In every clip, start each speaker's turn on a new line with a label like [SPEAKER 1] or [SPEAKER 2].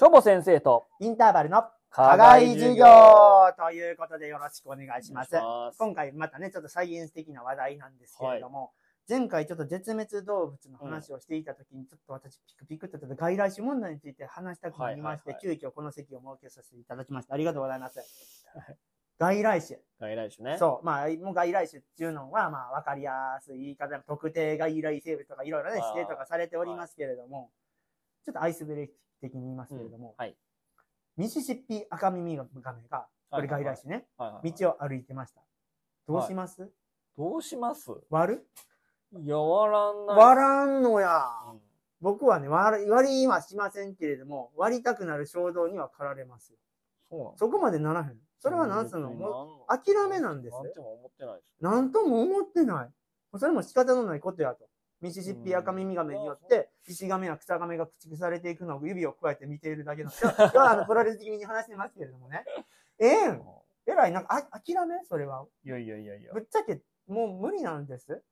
[SPEAKER 1] ロボ先生と
[SPEAKER 2] インターバルの課
[SPEAKER 1] 課
[SPEAKER 2] 外授業ということでよろしくお願いします。今回またね、ちょっとサイエンス的な話題なんですけれども、前回ちょっと絶滅動物の話をしていたときに、ちょっと私ピクピクっとちょっと外来種問題について話したくなりまして、
[SPEAKER 1] はいは
[SPEAKER 2] 急遽この席を設けさせていただきました。ありがとうございます。外来種。
[SPEAKER 1] 外来種ね。
[SPEAKER 2] そう。まあ、もう外来種っていうのは、まあ、わかりやすい言い方で、特定外来生物とかいろいろね、
[SPEAKER 1] あー
[SPEAKER 2] 指定とかされておりますけれども、ちょっとアイスブレーキ的に言いますけれども、
[SPEAKER 1] はい。
[SPEAKER 2] ミシシッピ赤耳のガメが、これ外来種ね、
[SPEAKER 1] はいはいはい。
[SPEAKER 2] 道を歩いてました。どうします、
[SPEAKER 1] どうします
[SPEAKER 2] 割る
[SPEAKER 1] やわらない。
[SPEAKER 2] 割らんのや。
[SPEAKER 1] うん
[SPEAKER 2] 僕はね、割る割りはしませんけれども、割りたくなる衝動には駆られますよ。
[SPEAKER 1] そうなんです
[SPEAKER 2] そこまでならへん。それはなんつうの、
[SPEAKER 1] 別に
[SPEAKER 2] も
[SPEAKER 1] なん
[SPEAKER 2] う諦めなんです。
[SPEAKER 1] なんとも思ってないです。
[SPEAKER 2] なんとも思ってない。もうそれも仕方のないことやと。ミシシッピアカミミガメによって、石ガメや草ガメが駆逐されていくのを指を加えて見ているだ けなんですよ。今日はあの、プロレス的に話してますけれどもね。ええん。えらい、なんか、あ、諦めそれは。
[SPEAKER 1] いやいやいやいや
[SPEAKER 2] ぶ。っちゃけ、もう無理なんです。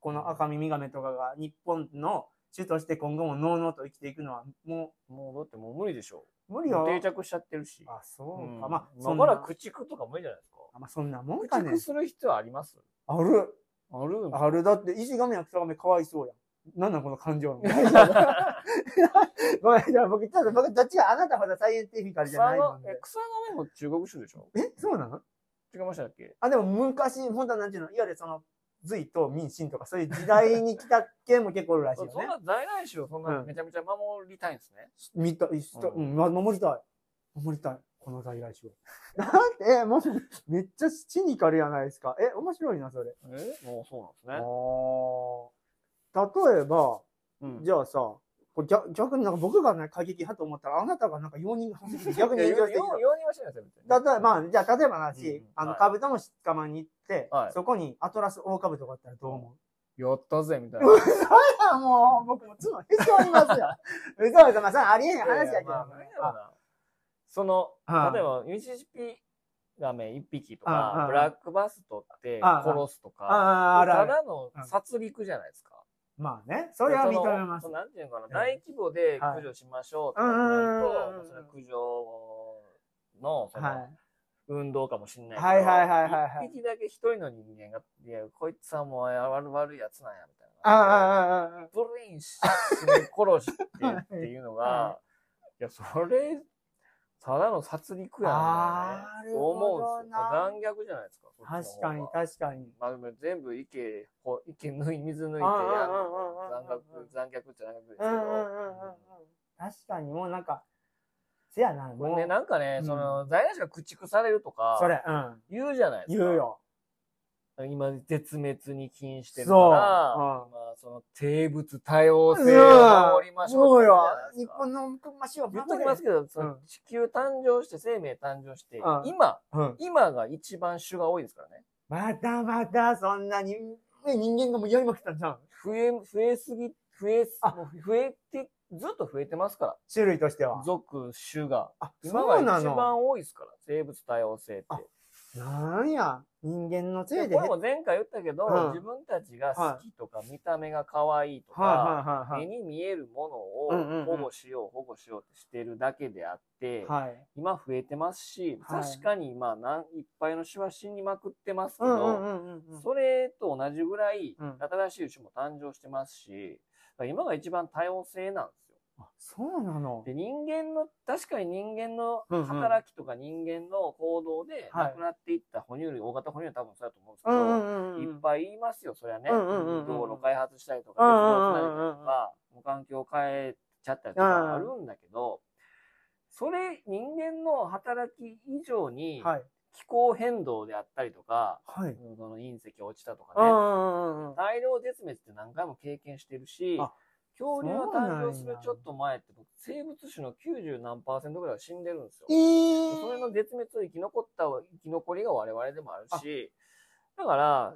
[SPEAKER 2] この赤耳ガメとかが日本の種として今後ものうのうと生きていくのは、も
[SPEAKER 1] もうだってもう無理でしょ。
[SPEAKER 2] う無理よ。
[SPEAKER 1] 定着しちゃってるし。
[SPEAKER 2] あ、そうか。
[SPEAKER 1] うん
[SPEAKER 2] まあ、そ
[SPEAKER 1] 今
[SPEAKER 2] ん
[SPEAKER 1] か
[SPEAKER 2] な
[SPEAKER 1] ら駆逐とか無理じゃないですか。
[SPEAKER 2] あまあ、そんなもんか
[SPEAKER 1] 駆
[SPEAKER 2] ね
[SPEAKER 1] 逐。する必要あります
[SPEAKER 2] ある。
[SPEAKER 1] ある
[SPEAKER 2] ある。だって、石亀や草亀かわいそうやん。なんなんこの感情論。ごめん、じゃあ僕、ちょっと僕、どっちがあなたほどサイエンティフィカルじ
[SPEAKER 1] 草
[SPEAKER 2] ゃないも
[SPEAKER 1] が
[SPEAKER 2] ん、
[SPEAKER 1] え
[SPEAKER 2] で。
[SPEAKER 1] 草がも中国種でしょ
[SPEAKER 2] え、そうなの
[SPEAKER 1] 違いましたっけ
[SPEAKER 2] あ、でも昔、本当はなんていうの、いわゆるその、隋と民進とか、そういう時代に来た件も結構おるらしい
[SPEAKER 1] そ
[SPEAKER 2] よ
[SPEAKER 1] ん
[SPEAKER 2] ね。
[SPEAKER 1] な在来種をそんな
[SPEAKER 2] うん
[SPEAKER 1] めちゃめちゃ守りたいんですね。
[SPEAKER 2] 見たい、した、
[SPEAKER 1] う
[SPEAKER 2] うんん、ま守りたい。守りたい。この在来種を。 なんて、え、もう、めっちゃシニカルやないですか。え、面白いな、それ。
[SPEAKER 1] えもうそう
[SPEAKER 2] あ
[SPEAKER 1] なんですね。
[SPEAKER 2] ー例えば、
[SPEAKER 1] うん
[SPEAKER 2] じゃあさ、これ逆逆になんか僕がね、過激派と思ったら、あなたがなんか容認が走って逆に
[SPEAKER 1] いや
[SPEAKER 2] 炎
[SPEAKER 1] 容
[SPEAKER 2] 上して
[SPEAKER 1] 認はしな
[SPEAKER 2] きた。
[SPEAKER 1] いですよ、別に
[SPEAKER 2] だったら、まあ、じゃあ、例えばなし、
[SPEAKER 1] うんうん
[SPEAKER 2] あの、
[SPEAKER 1] はい
[SPEAKER 2] カブトムシ捕まえに行って、
[SPEAKER 1] はい
[SPEAKER 2] そこにアトラスオオカブトがあったらどう 思う
[SPEAKER 1] やったぜ、み たいな。
[SPEAKER 2] 嘘やもう、僕も角へそりますよ。 嘘嘘、まあ、それありえへん話やけどね。
[SPEAKER 1] まあなんやろなその、
[SPEAKER 2] あ
[SPEAKER 1] 例えば、ミシシッピガメ1匹と
[SPEAKER 2] ああ
[SPEAKER 1] か
[SPEAKER 2] あ、
[SPEAKER 1] ブラックバス取って
[SPEAKER 2] ああ
[SPEAKER 1] 殺すと
[SPEAKER 2] あ
[SPEAKER 1] か、
[SPEAKER 2] あ、
[SPEAKER 1] た
[SPEAKER 2] あるある。
[SPEAKER 1] だの殺戮じゃないですか。
[SPEAKER 2] まあね、それは認めます
[SPEAKER 1] そ。のなんていうのかな、
[SPEAKER 2] うん
[SPEAKER 1] 大規模で駆除しましょうとかってなると、
[SPEAKER 2] はいうんうん
[SPEAKER 1] ま
[SPEAKER 2] うんうん
[SPEAKER 1] あそれは駆除の、その、
[SPEAKER 2] は
[SPEAKER 1] 運動かもしれないけど、
[SPEAKER 2] はいはいはいはいはい
[SPEAKER 1] 一匹だけ一人の人間が、いや、こいつはもう悪悪いやつなんや、みたい
[SPEAKER 2] ああ、
[SPEAKER 1] な。
[SPEAKER 2] ああ、ああ。
[SPEAKER 1] ブレインし、殺してっていうのが
[SPEAKER 2] は、
[SPEAKER 1] いや、それ、ただの殺戮やな、
[SPEAKER 2] あーな
[SPEAKER 1] ね。
[SPEAKER 2] るほ
[SPEAKER 1] 思う
[SPEAKER 2] ど
[SPEAKER 1] んです
[SPEAKER 2] な
[SPEAKER 1] よ。残虐じゃないですか。そっちの
[SPEAKER 2] 確かに
[SPEAKER 1] 方が、
[SPEAKER 2] 確かに。
[SPEAKER 1] まあ、でも全部池、ほ池抜い、水抜いてやるの
[SPEAKER 2] あー
[SPEAKER 1] 残
[SPEAKER 2] あーあーあーあー
[SPEAKER 1] 虐、残虐って残虐ですけど
[SPEAKER 2] うんうんうんうんうん。確かに、もうなんか、せやな、
[SPEAKER 1] これ
[SPEAKER 2] も
[SPEAKER 1] ね、
[SPEAKER 2] う、
[SPEAKER 1] なんかね、
[SPEAKER 2] うん
[SPEAKER 1] その、在来種が駆逐されるとか、
[SPEAKER 2] それ、うん。
[SPEAKER 1] 言うじゃないです
[SPEAKER 2] 言
[SPEAKER 1] か。
[SPEAKER 2] う。よ。
[SPEAKER 1] 今、絶滅に禁してるから、
[SPEAKER 2] そううん
[SPEAKER 1] まあ、その、生物多様性を守りましょ
[SPEAKER 2] そ
[SPEAKER 1] って言う
[SPEAKER 2] うう
[SPEAKER 1] じ
[SPEAKER 2] よ
[SPEAKER 1] ゃない。です
[SPEAKER 2] 日
[SPEAKER 1] か。
[SPEAKER 2] 本のマシを
[SPEAKER 1] 言っときますけど、その
[SPEAKER 2] うん
[SPEAKER 1] 地球誕生して、生命誕生して、
[SPEAKER 2] うん
[SPEAKER 1] 今、
[SPEAKER 2] うん。
[SPEAKER 1] 今が一番種が多いですからね。
[SPEAKER 2] またまた、そんなに、ね人間がもうやりまくったんじゃん。
[SPEAKER 1] 増え、増えすぎ、増えす、
[SPEAKER 2] あ
[SPEAKER 1] もう増えて、ずっと増えてますか
[SPEAKER 2] 種類として
[SPEAKER 1] ら
[SPEAKER 2] は。。
[SPEAKER 1] 属、種が。
[SPEAKER 2] あ、
[SPEAKER 1] 今
[SPEAKER 2] そ
[SPEAKER 1] が
[SPEAKER 2] うな
[SPEAKER 1] 一
[SPEAKER 2] の。
[SPEAKER 1] 番多いですから、生物多様性って。
[SPEAKER 2] あなんや、人間の
[SPEAKER 1] い
[SPEAKER 2] せ
[SPEAKER 1] や
[SPEAKER 2] いで。
[SPEAKER 1] こ
[SPEAKER 2] はい
[SPEAKER 1] れも前回言ったけど、
[SPEAKER 2] うん
[SPEAKER 1] 自分たちが好きとか、見た目が可愛いとか、
[SPEAKER 2] はいは
[SPEAKER 1] 目
[SPEAKER 2] い
[SPEAKER 1] に見えるも
[SPEAKER 2] うんうん
[SPEAKER 1] のを
[SPEAKER 2] うん
[SPEAKER 1] 保護しよう、保護しようってしてるだけであって、
[SPEAKER 2] はい。はい。
[SPEAKER 1] 今増えてますし、
[SPEAKER 2] はい
[SPEAKER 1] 確かにまあなんいっぱいの種は死にまくってますけ
[SPEAKER 2] う
[SPEAKER 1] ど、
[SPEAKER 2] んうんうんうんうん。
[SPEAKER 1] それと同じぐらい
[SPEAKER 2] うん
[SPEAKER 1] 新しい種も誕生してますし、だから今が一番多様性なんですよ。
[SPEAKER 2] あそうなの。
[SPEAKER 1] で人間の確かに人間の
[SPEAKER 2] うんうん
[SPEAKER 1] 働きとか人間の行動で
[SPEAKER 2] は
[SPEAKER 1] 亡
[SPEAKER 2] い
[SPEAKER 1] くなっていった哺乳類、大型哺乳類は多分そうだと思うんですけ
[SPEAKER 2] う
[SPEAKER 1] ど、
[SPEAKER 2] んうんうんうん。
[SPEAKER 1] いっぱい言いますよ、そりゃね。
[SPEAKER 2] うんうんうんうん
[SPEAKER 1] 道路開発したりとか、
[SPEAKER 2] う
[SPEAKER 1] 鉄
[SPEAKER 2] ん
[SPEAKER 1] 道
[SPEAKER 2] う
[SPEAKER 1] つ
[SPEAKER 2] んうん
[SPEAKER 1] な
[SPEAKER 2] う
[SPEAKER 1] げたり
[SPEAKER 2] ん
[SPEAKER 1] とか、もう環境を変えちゃったりとかあるんだけど、それ、人間の働き以上に、
[SPEAKER 2] はい。
[SPEAKER 1] 気候変動であったりとか、
[SPEAKER 2] はい。
[SPEAKER 1] うんその隕石落ちたと
[SPEAKER 2] うんう
[SPEAKER 1] かね、
[SPEAKER 2] んうんうん。
[SPEAKER 1] 大量絶滅って何回も経験してるし
[SPEAKER 2] あ、
[SPEAKER 1] 恐竜が誕生す
[SPEAKER 2] そ
[SPEAKER 1] る
[SPEAKER 2] うなんや
[SPEAKER 1] ちょっと前って、僕生物種の90何パーセントぐらいは死んでるんですよ。
[SPEAKER 2] えー
[SPEAKER 1] それの絶滅を生き残った生き残りが我々でもあるし、だから、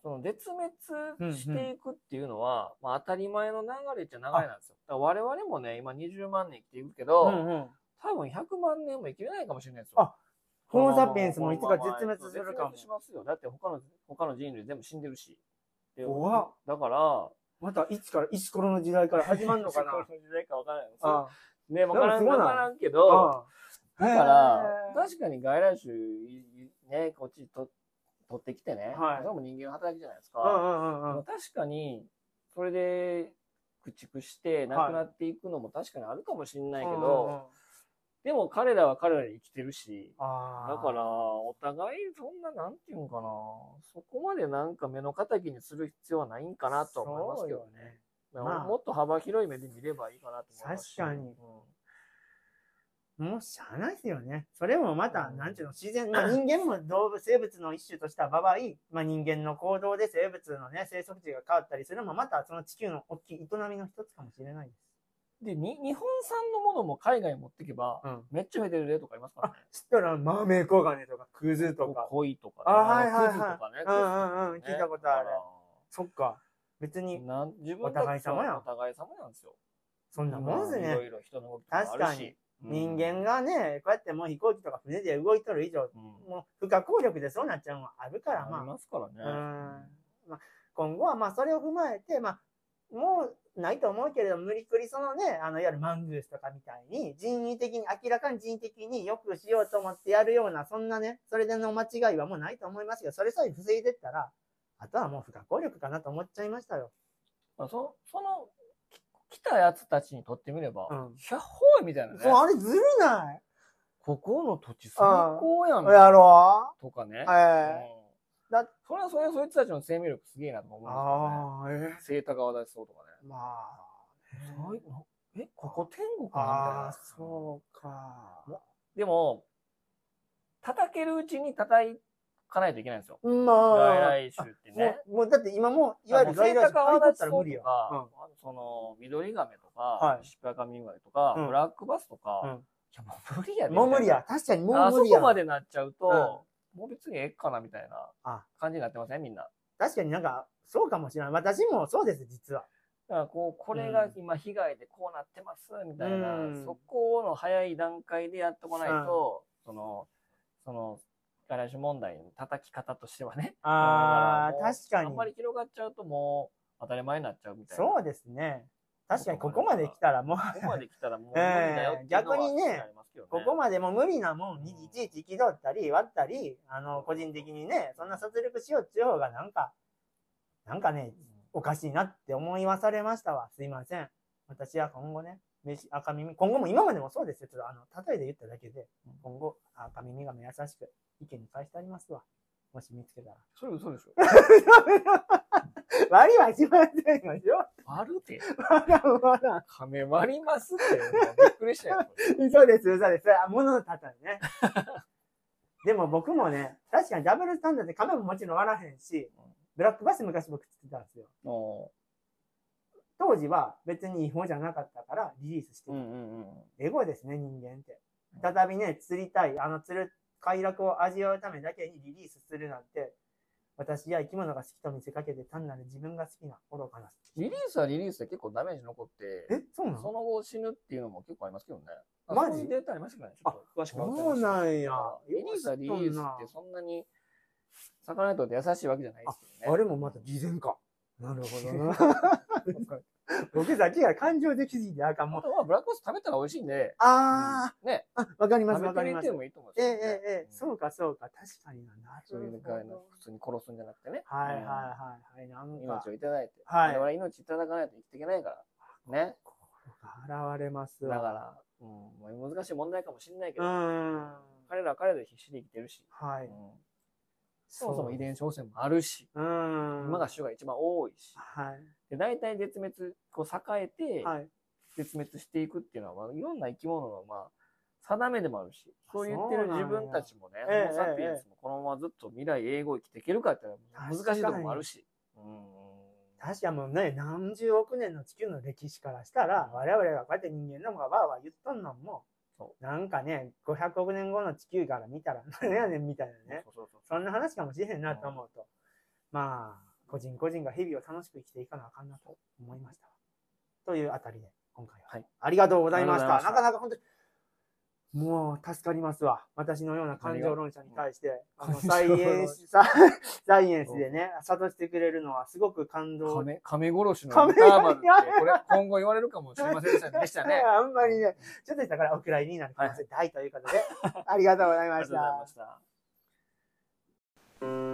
[SPEAKER 1] その絶滅していくっていうのは、まあ当たり前の流れっちゃ流れなんですよ。だから我々もね、今20万年生きているけど、
[SPEAKER 2] うんうん。
[SPEAKER 1] 多分100万年も生きれないかもしれないですよ。
[SPEAKER 2] あホモサピエンスもいつか絶滅するかも
[SPEAKER 1] 絶滅しますよ。だって他の、他の人類全部死んでるし。で
[SPEAKER 2] 怖っ
[SPEAKER 1] だから、
[SPEAKER 2] またいつから、いつ頃の時代から始まるのか な
[SPEAKER 1] この時代かわからないです
[SPEAKER 2] あ
[SPEAKER 1] ね、わから
[SPEAKER 2] す
[SPEAKER 1] ん、
[SPEAKER 2] ごい
[SPEAKER 1] わ
[SPEAKER 2] な
[SPEAKER 1] からんけど、
[SPEAKER 2] だ
[SPEAKER 1] だから、確かに外来種、いね、こっちと取ってきてね、
[SPEAKER 2] はい
[SPEAKER 1] それも人間の働きじゃないです
[SPEAKER 2] うん
[SPEAKER 1] か。
[SPEAKER 2] うんうんうん。
[SPEAKER 1] 確かに、それで駆逐して亡くなっていくのも確かにあるかもしれないけど、
[SPEAKER 2] うんうんうん、
[SPEAKER 1] でも彼らは彼らで生きてるし、
[SPEAKER 2] あ
[SPEAKER 1] だから、お互いそんな、なんていうんかな、そこまでなんか目の敵にする必要はないんかなと思いますけどね。まあ
[SPEAKER 2] まあ
[SPEAKER 1] もっと幅広い目で見ればいいかなと思いますし。
[SPEAKER 2] 確かに
[SPEAKER 1] うん
[SPEAKER 2] ら、もうしゃあないですよね。それもまた、
[SPEAKER 1] うん
[SPEAKER 2] なんていうの、自然、まあ人間も動物、生物の一種とした場合、まあ人間の行動で生物のね、生息地が変わったりするのも、またその地球の大きい営みの一つかもしれないです。
[SPEAKER 1] でに、日本産のものも海外に持ってけば、
[SPEAKER 2] うん。
[SPEAKER 1] めっちゃ増えてる例とかいますからね。
[SPEAKER 2] 知ったら、マーメイコガネとか、クズとか。
[SPEAKER 1] 恋とかね。
[SPEAKER 2] あはいはいはい
[SPEAKER 1] クズとかね。
[SPEAKER 2] うんうんう
[SPEAKER 1] ク
[SPEAKER 2] ん
[SPEAKER 1] ズとかね
[SPEAKER 2] 聞いたことあ
[SPEAKER 1] だ
[SPEAKER 2] る
[SPEAKER 1] か
[SPEAKER 2] そっか。別
[SPEAKER 1] ら
[SPEAKER 2] に、
[SPEAKER 1] なん自分
[SPEAKER 2] お互い様や
[SPEAKER 1] お互い様なんですよ。
[SPEAKER 2] そんなもんです
[SPEAKER 1] いろ
[SPEAKER 2] ね。
[SPEAKER 1] いろ人の動きともあるし。
[SPEAKER 2] 確かに
[SPEAKER 1] うん
[SPEAKER 2] 人間、がね、こうやってもう飛行機とか船で動いとる以上、
[SPEAKER 1] うん
[SPEAKER 2] もう不可抗力でそうなっちゃうのはあるから、
[SPEAKER 1] あり
[SPEAKER 2] ま
[SPEAKER 1] ますから
[SPEAKER 2] あ、うん
[SPEAKER 1] ね。。
[SPEAKER 2] まあ、今後はまあ、それを踏まえて、まあ、もうないと思うけれど、無理くりそのね、あの、いわゆるマングースとかみたいに、人為的に、明らかに人為的によくしようと思ってやるような、そんなね、それでの間違いはもうないと思いますけど、それさえ防いでったら、あとはもう不可抗力かなと思っちゃいましたよ。
[SPEAKER 1] まあ、そそのき来たやつたちにとってみれば、
[SPEAKER 2] うん
[SPEAKER 1] 百歩みたいなね
[SPEAKER 2] そう、あれずるない
[SPEAKER 1] ここの土地最高やん
[SPEAKER 2] やろ
[SPEAKER 1] とかね、
[SPEAKER 2] は
[SPEAKER 1] うん
[SPEAKER 2] だ
[SPEAKER 1] それはそれそいつたちの生命力すげえなとか
[SPEAKER 2] い。
[SPEAKER 1] 思うん
[SPEAKER 2] ああ、え
[SPEAKER 1] ですよねセイタカアワダチソウとか
[SPEAKER 2] え。まあ。
[SPEAKER 1] ね、えここ天国
[SPEAKER 2] あ
[SPEAKER 1] なん
[SPEAKER 2] あ、
[SPEAKER 1] だ
[SPEAKER 2] そうか。
[SPEAKER 1] うでも叩けるうちに叩かないといけないんですよ
[SPEAKER 2] ま
[SPEAKER 1] 外
[SPEAKER 2] あ。
[SPEAKER 1] 来種ってね
[SPEAKER 2] もう、もうだって今もう、いわゆる
[SPEAKER 1] セ
[SPEAKER 2] 在
[SPEAKER 1] イタ
[SPEAKER 2] 来種
[SPEAKER 1] カアワダチ
[SPEAKER 2] った
[SPEAKER 1] ソ
[SPEAKER 2] ら
[SPEAKER 1] ウ
[SPEAKER 2] 無
[SPEAKER 1] と
[SPEAKER 2] 理や。
[SPEAKER 1] か、その緑ガメとか、
[SPEAKER 2] はい
[SPEAKER 1] シッパカミガメとか、
[SPEAKER 2] うん
[SPEAKER 1] ブラックバスとか、
[SPEAKER 2] うん
[SPEAKER 1] いやもう無理やで
[SPEAKER 2] うん。もう無理
[SPEAKER 1] みたいな
[SPEAKER 2] や。確かにも
[SPEAKER 1] あ
[SPEAKER 2] う
[SPEAKER 1] そ
[SPEAKER 2] 無理や。
[SPEAKER 1] こまでなっちゃうと、もう別にええかなみたいな
[SPEAKER 2] あ
[SPEAKER 1] 感じになってません、みんな。
[SPEAKER 2] 確かになんか、そうかもしれない。私もそうです、実は。
[SPEAKER 1] だからこう、これが今被害でこうなってます、みたいな、
[SPEAKER 2] うん
[SPEAKER 1] そこの早い段階でやってこないと、その、その、ガラシュ問題の叩き方としてはね。だら
[SPEAKER 2] ああ、
[SPEAKER 1] もう
[SPEAKER 2] 確か
[SPEAKER 1] あんまり
[SPEAKER 2] に。
[SPEAKER 1] 広がっちゃうともう当たり前になっちゃうみたいな。。
[SPEAKER 2] そううですね。確かにここまで来たらもう、
[SPEAKER 1] ここまで来たらもう無理
[SPEAKER 2] え え
[SPEAKER 1] だよっていうのは
[SPEAKER 2] 逆にね
[SPEAKER 1] ありますけどね
[SPEAKER 2] ここまでもう無理なもんに
[SPEAKER 1] うん
[SPEAKER 2] いちいち憤ったり割ったり、あの、個人的にね、そんな殺力しようっちゅう方がなんか、なんかね、おかしいなって思いはされましたわ。すいません。私は今後ね、飯赤耳、今後も今までもそうですよ。ちょっとあの、例えで言っただけで、今後、赤耳が目優しく意見に返してありますわ。もし見つけたら。
[SPEAKER 1] それ嘘でしょ
[SPEAKER 2] 割りはしませんよ。
[SPEAKER 1] あるて。
[SPEAKER 2] わらんわらん。
[SPEAKER 1] 亀割りますって。びっくりしたよ。これ
[SPEAKER 2] そうです、そうです。あ、物の例えね。でも僕もね、確かにダブルスタンダードでカメももちろん割らへんし、ブラックバス昔僕作ってたんですよ。
[SPEAKER 1] も
[SPEAKER 2] 当時は別に違法じゃなかったからリリースして
[SPEAKER 1] う
[SPEAKER 2] る。
[SPEAKER 1] んうんうん。
[SPEAKER 2] エゴですね、人間って。再びね、釣りたい、あの釣る快楽を味わうためだけにリリースするなんて、私や生き物が好きと見せかけて単なる自分が好きな愚かな。
[SPEAKER 1] リリースはリリースで結構ダメージ残って、
[SPEAKER 2] え、そうな
[SPEAKER 1] その後死ぬっていうのも結構ありますけどね。
[SPEAKER 2] マ
[SPEAKER 1] そ
[SPEAKER 2] ジ
[SPEAKER 1] ういうデータありましたけどね。ちょっと詳しくは
[SPEAKER 2] そうなんや。
[SPEAKER 1] リリースはリリースってそんなに、魚にとって優しいわけじゃないですけどね。
[SPEAKER 2] あれもまた偽善か。なるほど な。 僕さっきから感情できすぎてあかんも
[SPEAKER 1] あ
[SPEAKER 2] う。
[SPEAKER 1] とはブラックホース食べたら美味しいんで、
[SPEAKER 2] あ
[SPEAKER 1] ね、
[SPEAKER 2] あ、わかります
[SPEAKER 1] 食
[SPEAKER 2] わか
[SPEAKER 1] べてみ
[SPEAKER 2] ります
[SPEAKER 1] て。もいいと思うん
[SPEAKER 2] え
[SPEAKER 1] で
[SPEAKER 2] え
[SPEAKER 1] す
[SPEAKER 2] え
[SPEAKER 1] よね。
[SPEAKER 2] えええ、そうかそうか、確かにな。な
[SPEAKER 1] そうい
[SPEAKER 2] る
[SPEAKER 1] う
[SPEAKER 2] ほど。は
[SPEAKER 1] 概
[SPEAKER 2] い
[SPEAKER 1] 念、普通に殺すんじゃなくてね。
[SPEAKER 2] はいはいはい。なん
[SPEAKER 1] うん
[SPEAKER 2] か
[SPEAKER 1] 命、をいただいて。
[SPEAKER 2] はい
[SPEAKER 1] 我々命いただかないと生きていけないから。ね。
[SPEAKER 2] 心が現れます
[SPEAKER 1] だ
[SPEAKER 2] わ。
[SPEAKER 1] から、うん、もう難しい問題かもしれないけ
[SPEAKER 2] う
[SPEAKER 1] ど、
[SPEAKER 2] ん。
[SPEAKER 1] 彼らは彼らで必死で生きてるし、
[SPEAKER 2] は
[SPEAKER 1] うん
[SPEAKER 2] い。
[SPEAKER 1] そもそも遺伝子汚染もあるし、
[SPEAKER 2] うん。
[SPEAKER 1] 今が種が一番多いし、
[SPEAKER 2] は
[SPEAKER 1] で大体絶滅、こう栄え
[SPEAKER 2] い。
[SPEAKER 1] て、
[SPEAKER 2] はい。
[SPEAKER 1] 絶滅していくっていうのは、まあ、いろんな生き物の、まあ、定めでもあるし、そう言ってる自分たちもね、
[SPEAKER 2] そうな
[SPEAKER 1] ホモサ
[SPEAKER 2] んや
[SPEAKER 1] ピエンスもこのままずっと未来英語生きていけるかっていうのは
[SPEAKER 2] 確か
[SPEAKER 1] 難
[SPEAKER 2] に
[SPEAKER 1] しいところもあるし。うん
[SPEAKER 2] 確かもうね、何十億年の地球の歴史からしたら、我々がこうやって人間のもがわーわー言っとんのも
[SPEAKER 1] そ、
[SPEAKER 2] なんかね、500億年後の地球から見たら、何やねんみたいなね。
[SPEAKER 1] そうそうそう
[SPEAKER 2] そんな話かもしれへんなと思うと、まあ、個人個人が日々を楽しく生きていかなあかんなと思いました。というあたりで、今回は。
[SPEAKER 1] はい
[SPEAKER 2] ありがとうございました。
[SPEAKER 1] ありがとうございました
[SPEAKER 2] なかなか本当に、もう助かりますわ。私のような感情論者に対して、あの、
[SPEAKER 1] 感情
[SPEAKER 2] サイ
[SPEAKER 1] 論者
[SPEAKER 2] エン ス、ササイエンスでね、諭してくれるのはすごく感動。
[SPEAKER 1] 亀、亀殺しの
[SPEAKER 2] 亀
[SPEAKER 1] ターバンって、 これ今後言われるかもしれませんでしたでしたね。
[SPEAKER 2] あんまりね、ちょっとしたからお蔵入りになる可能性大ということで、ありがとうござい
[SPEAKER 1] あ
[SPEAKER 2] ま
[SPEAKER 1] りが
[SPEAKER 2] し
[SPEAKER 1] とうござい
[SPEAKER 2] た
[SPEAKER 1] ま。した。